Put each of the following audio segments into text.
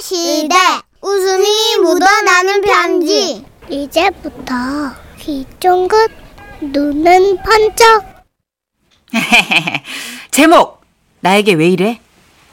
시대 웃음이 묻어나는 편지 이제부터 귀 쫑긋, 눈은 번쩍. 제목 나에게 왜 이래?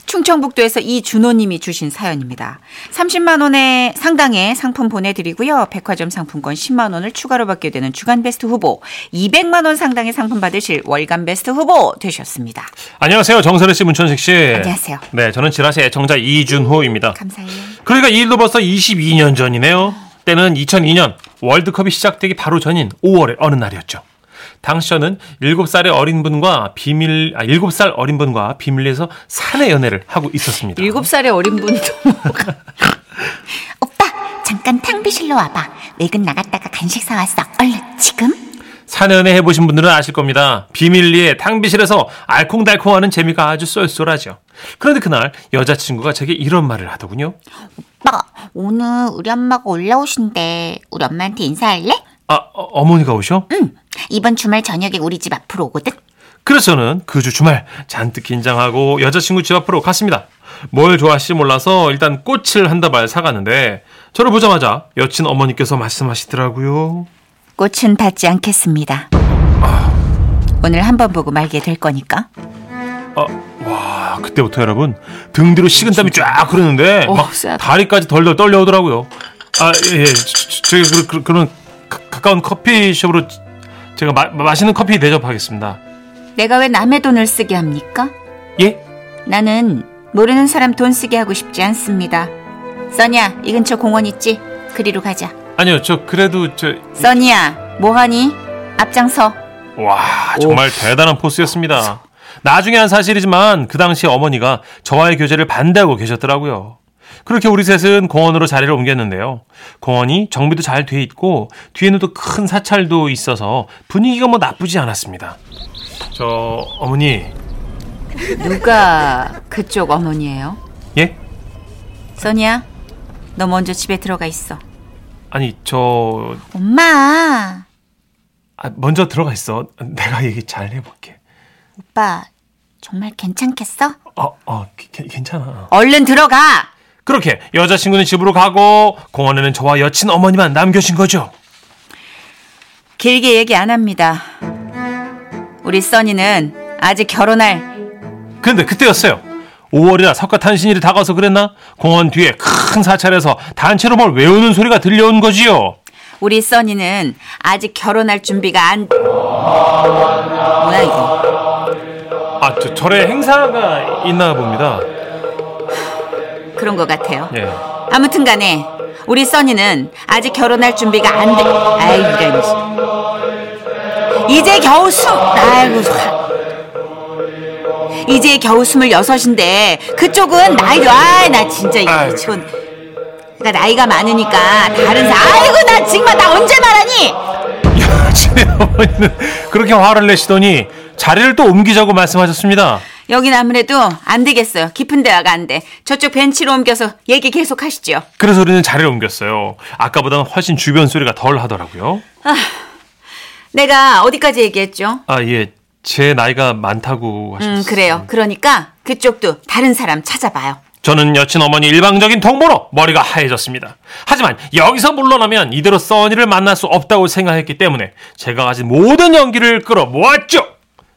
충청북도에서 이준호님이 주신 사연입니다. 30만 원의 상당의 상품 보내드리고요. 백화점 상품권 10만 원을 추가로 받게 되는 주간 베스트 후보, 200만 원 상당의 상품 받으실 월간 베스트 후보 되셨습니다. 안녕하세요. 정선혜 씨, 문천식 씨. 안녕하세요. 네, 저는 지라시 애청자 이준호입니다. 감사해요. 그러니까 이 일도 벌써 22년 전이네요. 때는 2002년 월드컵이 시작되기 바로 전인 5월의 어느 날이었죠. 당시 저는 7살의 어린 분과 비밀 아 7살 어린 분과 비밀리에서 사내 연애를 하고 있었습니다. 7살의 어린 분이 넘어가. 오빠 잠깐 탕비실로 와봐 외근 나갔다가 간식 사왔어 얼른 지금 사내 연애 해 보신 분들은 아실 겁니다. 비밀리에 탕비실에서 알콩달콩하는 재미가 아주 쏠쏠하죠. 그런데 그날 여자친구가 제게 이런 말을 하더군요. 오빠 뭐, 오늘 우리 엄마가 올라오신대 우리 엄마한테 인사할래? 아, 어, 어머니가 오셔? 응 이번 주말 저녁에 우리 집 앞으로 오거든 그래서 저는 그 주 주말 잔뜩 긴장하고 여자친구 집 앞으로 갔습니다. 뭘 좋아하실지 몰라서 일단 꽃을 한 다발 사갔는데 저를 보자마자 여친 어머니께서 말씀하시더라고요. 꽃은 받지 않겠습니다. 오늘 한 번 보고 말게 될 거니까. 아 그때부터 여러분 등 뒤로 식은땀이 쫙 흐르는데 어, 막 쎄다. 다리까지 덜덜 떨려오더라고요. 아 예, 예. 저, 저, 저기 그, 그, 그런 가, 가까운 커피숍으로 제가 마, 맛있는 커피 대접하겠습니다. 내가 왜 남의 돈을 쓰게 합니까? 예? 나는 모르는 사람 돈 쓰게 하고 싶지 않습니다. 써니야, 이 근처 공원 있지? 그리로 가자. 아니요 저 그래도 저 써니야, 뭐하니? 앞장서. 와 정말 대단한 포스였습니다. 나중에 한 사실이지만 그 당시 어머니가 저와의 교제를 반대하고 계셨더라고요. 그렇게 우리 셋은 공원으로 자리를 옮겼는데요. 공원이 정비도 잘 돼 있고 뒤에는 또 큰 사찰도 있어서 분위기가 뭐 나쁘지 않았습니다. 저 어머니 누가 그쪽 어머니예요? 예? 써니야, 너 먼저 집에 들어가 있어. 아니 저 엄마, 아, 먼저 들어가 있어. 내가 얘기 잘 해볼게. 오빠 정말 괜찮겠어? 어, 어, 괜- 괜찮아. 얼른 들어가. 그렇게 여자친구는 집으로 가고 공원에는 저와 여친 어머니만 남겨진 거죠. 길게 얘기 안 합니다. 우리 써니는 아직 결혼할 근데 그때였어요. 5월이라 석가탄신일이 다가서 그랬나? 공원 뒤에 큰 사찰에서 단체로 뭘 외우는 소리가 들려온 거지요. 우리 써니는 아직 결혼할 준비가 안. 뭐야 이거? 아, 저, 절에 행사가 있나 봅니다. 그런 것 같아요. 예. 아무튼간에 우리 써니는 아직 결혼할 준비가 안 돼. 아이 이런. 씨. 이제 겨우 수. 아이고. 화. 이제 겨우 스물여섯인데 그쪽은 나이도 아나 진짜 이거 아이고. 미치곤. 그러니까 나이가 많으니까 다른 사. 아이고 나 정말 나 언제 말하니? 여친의 어머니는 그렇게 화를 내시더니 자리를 또 옮기자고 말씀하셨습니다. 여긴 아무래도 안 되겠어요. 깊은 대화가 안 돼. 저쪽 벤치로 옮겨서 얘기 계속 하시죠. 그래서 우리는 자리를 옮겼어요. 아까보다는 훨씬 주변 소리가 덜 하더라고요. 내가 어디까지 얘기했죠? 아, 예. 제 나이가 많다고 하셨어요. 음, 그래요. 그러니까 그쪽도 다른 사람 찾아봐요. 저는 여친 어머니 일방적인 통보로 머리가 하얘졌습니다. 하지만 여기서 물러나면 이대로 써니를 만날 수 없다고 생각했기 때문에 제가 가진 모든 연기를 끌어모았죠.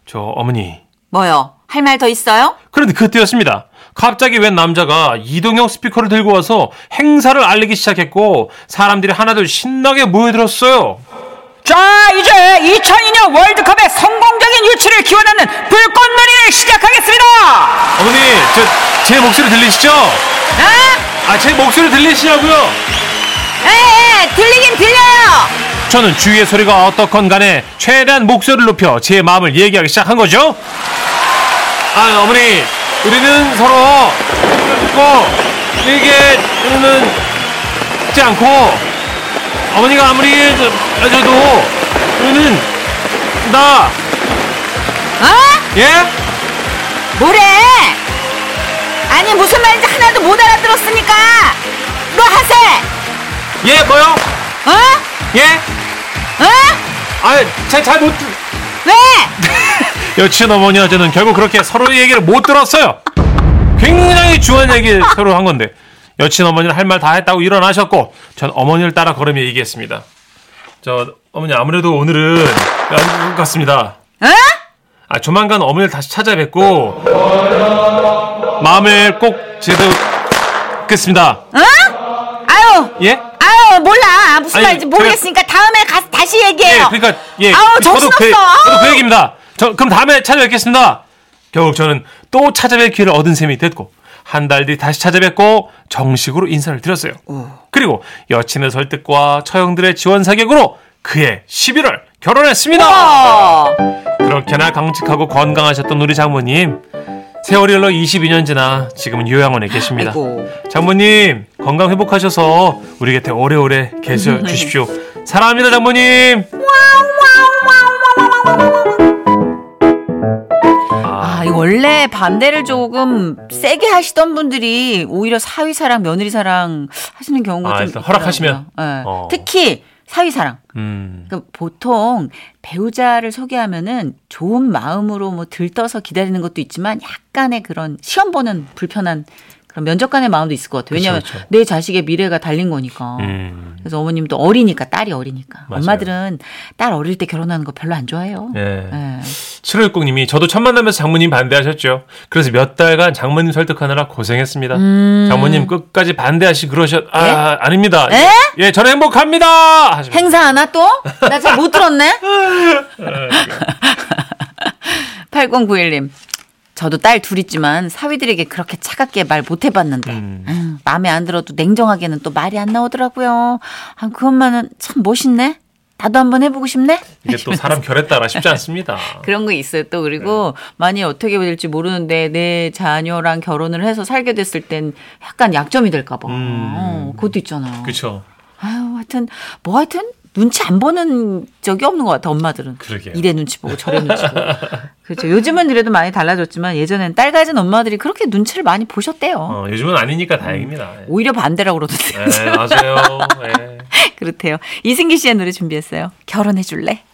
저 어머니. 뭐요? 할 말 더 있어요? 그런데 그때였습니다. 갑자기 웬 남자가 이동형 스피커를 들고 와서 행사를 알리기 시작했고 사람들이 하나둘 신나게 모여들었어요. 자, 이제 2002년 월드컵의 성공적인 유치를 기원하는 불꽃놀이를 시작하겠습니다. 어머니, 저, 제 목소리 들리시죠? 아, 제 목소리 들리시냐고요? 에, 에, 들리긴 들려요. 저는 주위의 소리가 어떻건 간에 최대한 목소리를 높여 제 마음을 얘기하기 시작한 거죠. 아, 어머니, 우리는 서로 고 이게 우리는 지 않고 어머니가 아무리 해줘도 우리는 나 어? 예? 뭐래? 아니 무슨 말인지 하나도 못 알아들었으니까 너 하세. 예 뭐요? 어? 예? 어? 아잘잘못 왜? 여친 어머니와 저는 결국 그렇게 서로의 얘기를 못 들었어요. 굉장히 중요한 얘기를 서로 한 건데 여친 어머니는 할 말 다 했다고 일어나셨고 전 어머니를 따라 걸으며 얘기했습니다. 저 어머니 아무래도 오늘은 안것 같습니다. 어? 아 조만간 어머니를 다시 찾아뵙고 마음을 꼭 제대로 겠습니다. 어? 아유, 예? 아유 몰라 무슨 아니, 말인지 제가- 모르겠으니까 다음에 가서 다시 예, 얘기해요. 그러니까 예. 아우 저도 정신없어. 그, 저도 그 아우. 얘기입니다. 저 그럼 다음에 찾아뵙겠습니다. 결국 저는 또 찾아뵐 기회를 얻은 셈이 됐고 한 달 뒤 다시 찾아뵙고 정식으로 인사를 드렸어요. 그리고 여친의 설득과 처형들의 지원 사격으로 그해 11월 결혼했습니다. 어. 그렇게나 강직하고 건강하셨던 우리 장모님 세월이 흘러 22년 지나 지금은 요양원에 계십니다. 아이고. 장모님 건강 회복하셔서 우리 곁에 오래오래 네. 계셔 주십시오. 사랑합니다 장모님. 아, 이 원래 반대를 조금 세게 하시던 분들이 오히려 사위 사랑, 며느리 사랑 하시는 경우가 아, 좀 일단 있더라고요. 허락하시면? 예. 어. 특히 사위 사랑. 음. 그러니까 보통 배우자를 소개하면은 좋은 마음으로 뭐 들떠서 기다리는 것도 있지만 약간의 그런 시험 보는 불편한 그런 면접관의 마음도 있을 것 같아요. 왜냐하면 그쵸, 그쵸. 내 자식의 미래가 달린 거니까. 음. 그래서 어머님도 어리니까 딸이 어리니까 맞아요. 엄마들은 딸 어릴 때 결혼하는 거 별로 안 좋아해요. 예. 예. 7560님이 저도 첫 만남에서 장모님 반대하셨죠. 그래서 몇 달간 장모님 설득하느라 고생했습니다. 음. 장모님 끝까지 반대하시 그러셨, 아, 아닙니다. 에? 예, 저는 행복합니다! 하십니다. 네? 행사 하나 또? 나 잘 못 들었네? 8091님. 저도 딸 둘 있지만 사위들에게 그렇게 차갑게 말 못 해봤는데 음. 음, 마음에 안 들어도 냉정하게는 또 말이 안 나오더라고요. 아, 그것만은 참 멋있네. 나도 한번 해보고 싶네. 이게 또 사람 결에 따라 쉽지 않습니다. 그런 거 있어요. 또 그리고 네. 많이 어떻게 될지 모르는데 내 자녀랑 결혼을 해서 살게 됐을 땐 약간 약점이 될까봐. 음. 어, 그것도 있잖아요. 그쵸. 아유, 하여튼 뭐 하여튼 눈치 안 보는 적이 없는 것 같아 엄마들은. 그러게요. 이래 눈치 보고 저래 눈치 보고. 그렇죠. 요즘은 그래도 많이 달라졌지만 예전엔 딸 가진 엄마들이 그렇게 눈치를 많이 보셨대요. 어, 요즘은 아니니까 다행입니다. 예, 오히려 반대라고 네, 그러던데. 예, 맞아요. 예. 그렇대요. 이승기 씨의 노래 준비했어요. 결혼해 줄래?